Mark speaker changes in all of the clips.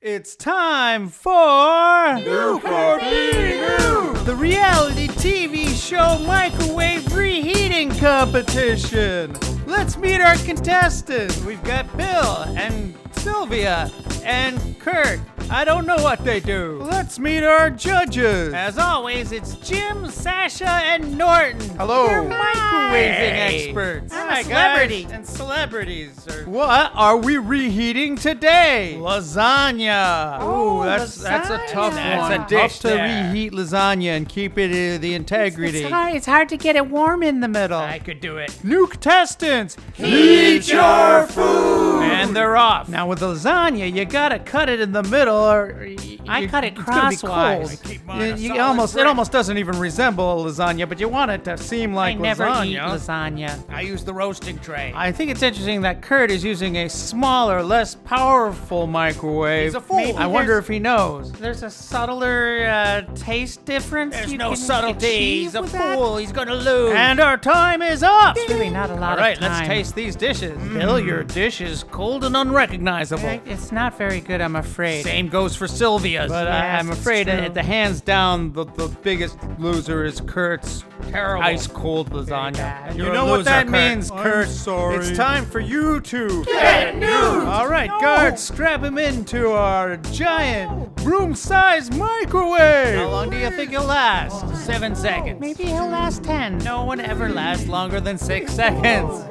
Speaker 1: It's time for
Speaker 2: New for New.
Speaker 1: the reality TV show microwave reheating competition. Let's meet our contestants. We've got Bill and Sylvia and Kirk. I don't know what they do. Let's meet our judges. As always, it's Jim, Sasha, and Norton.
Speaker 2: Hello.
Speaker 1: We're microwaving
Speaker 2: Hey.
Speaker 1: experts.
Speaker 3: I'm a
Speaker 1: Hi, guys.
Speaker 3: celebrity.
Speaker 1: And celebrities. Are... What are we reheating today? Lasagna.
Speaker 3: Oh,
Speaker 1: Ooh, that's that's a tough
Speaker 3: lasagna.
Speaker 1: one.
Speaker 3: That's a
Speaker 2: dish
Speaker 1: Up to
Speaker 2: there.
Speaker 1: reheat lasagna and keep it uh, the integrity.
Speaker 3: It's hard, it's hard to get it warm in the middle.
Speaker 1: I could do it. Nuke testants.
Speaker 2: Eat your food.
Speaker 1: And they're off. Now with the lasagna, you gotta cut it in the middle, or y-
Speaker 3: I
Speaker 1: you-
Speaker 3: cut it
Speaker 1: it's gonna be
Speaker 3: crosswise.
Speaker 1: cold.
Speaker 2: I keep mine
Speaker 1: You-
Speaker 2: a
Speaker 1: you
Speaker 2: solid
Speaker 1: almost it
Speaker 2: brick.
Speaker 1: almost doesn't even resemble a lasagna, but you want it to seem
Speaker 3: I
Speaker 1: like
Speaker 3: never
Speaker 1: lasagna.
Speaker 3: eat lasagna.
Speaker 2: I use the roasting tray.
Speaker 1: I think it's interesting that Kurt is using a smaller, less powerful microwave.
Speaker 2: He's a fool. Maybe
Speaker 1: I wonder
Speaker 3: there's-
Speaker 1: if he knows.
Speaker 3: There's a subtler uh, taste difference.
Speaker 2: There's
Speaker 3: you
Speaker 2: no
Speaker 3: can
Speaker 2: subtlety.
Speaker 3: achieve
Speaker 2: He's a
Speaker 3: with that?
Speaker 2: fool. He's gonna lose.
Speaker 1: And our time is up.
Speaker 3: It's really not a lot
Speaker 1: All right,
Speaker 3: of time.
Speaker 1: let's taste these dishes.
Speaker 2: Mm.
Speaker 1: Bill, your dish is cold and unrecognizable.
Speaker 3: I- It's not very good, I'm afraid.
Speaker 1: Same goes for Sylvia's. But I,
Speaker 3: Yes,
Speaker 1: I'm
Speaker 3: it's
Speaker 1: afraid
Speaker 3: true.
Speaker 1: that the hands down, the, the biggest loser is Kurt's
Speaker 2: Terrible.
Speaker 1: ice cold lasagna.
Speaker 3: bad.
Speaker 1: You're
Speaker 2: You
Speaker 1: a
Speaker 2: know what
Speaker 1: loser,
Speaker 2: that
Speaker 1: Kurt.
Speaker 2: means,
Speaker 1: I'm
Speaker 2: Kurt.
Speaker 1: sorry.
Speaker 2: It's time for you to
Speaker 1: Get All right, guards, strap him into our giant room-sized microwave. How long do you think it'll last? Seven seconds.
Speaker 3: Maybe he'll last 10.
Speaker 1: No one ever lasts longer than six seconds.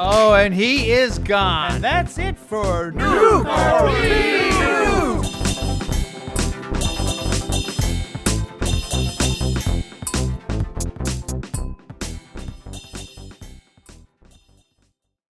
Speaker 1: Oh, and he is gone. that's it for New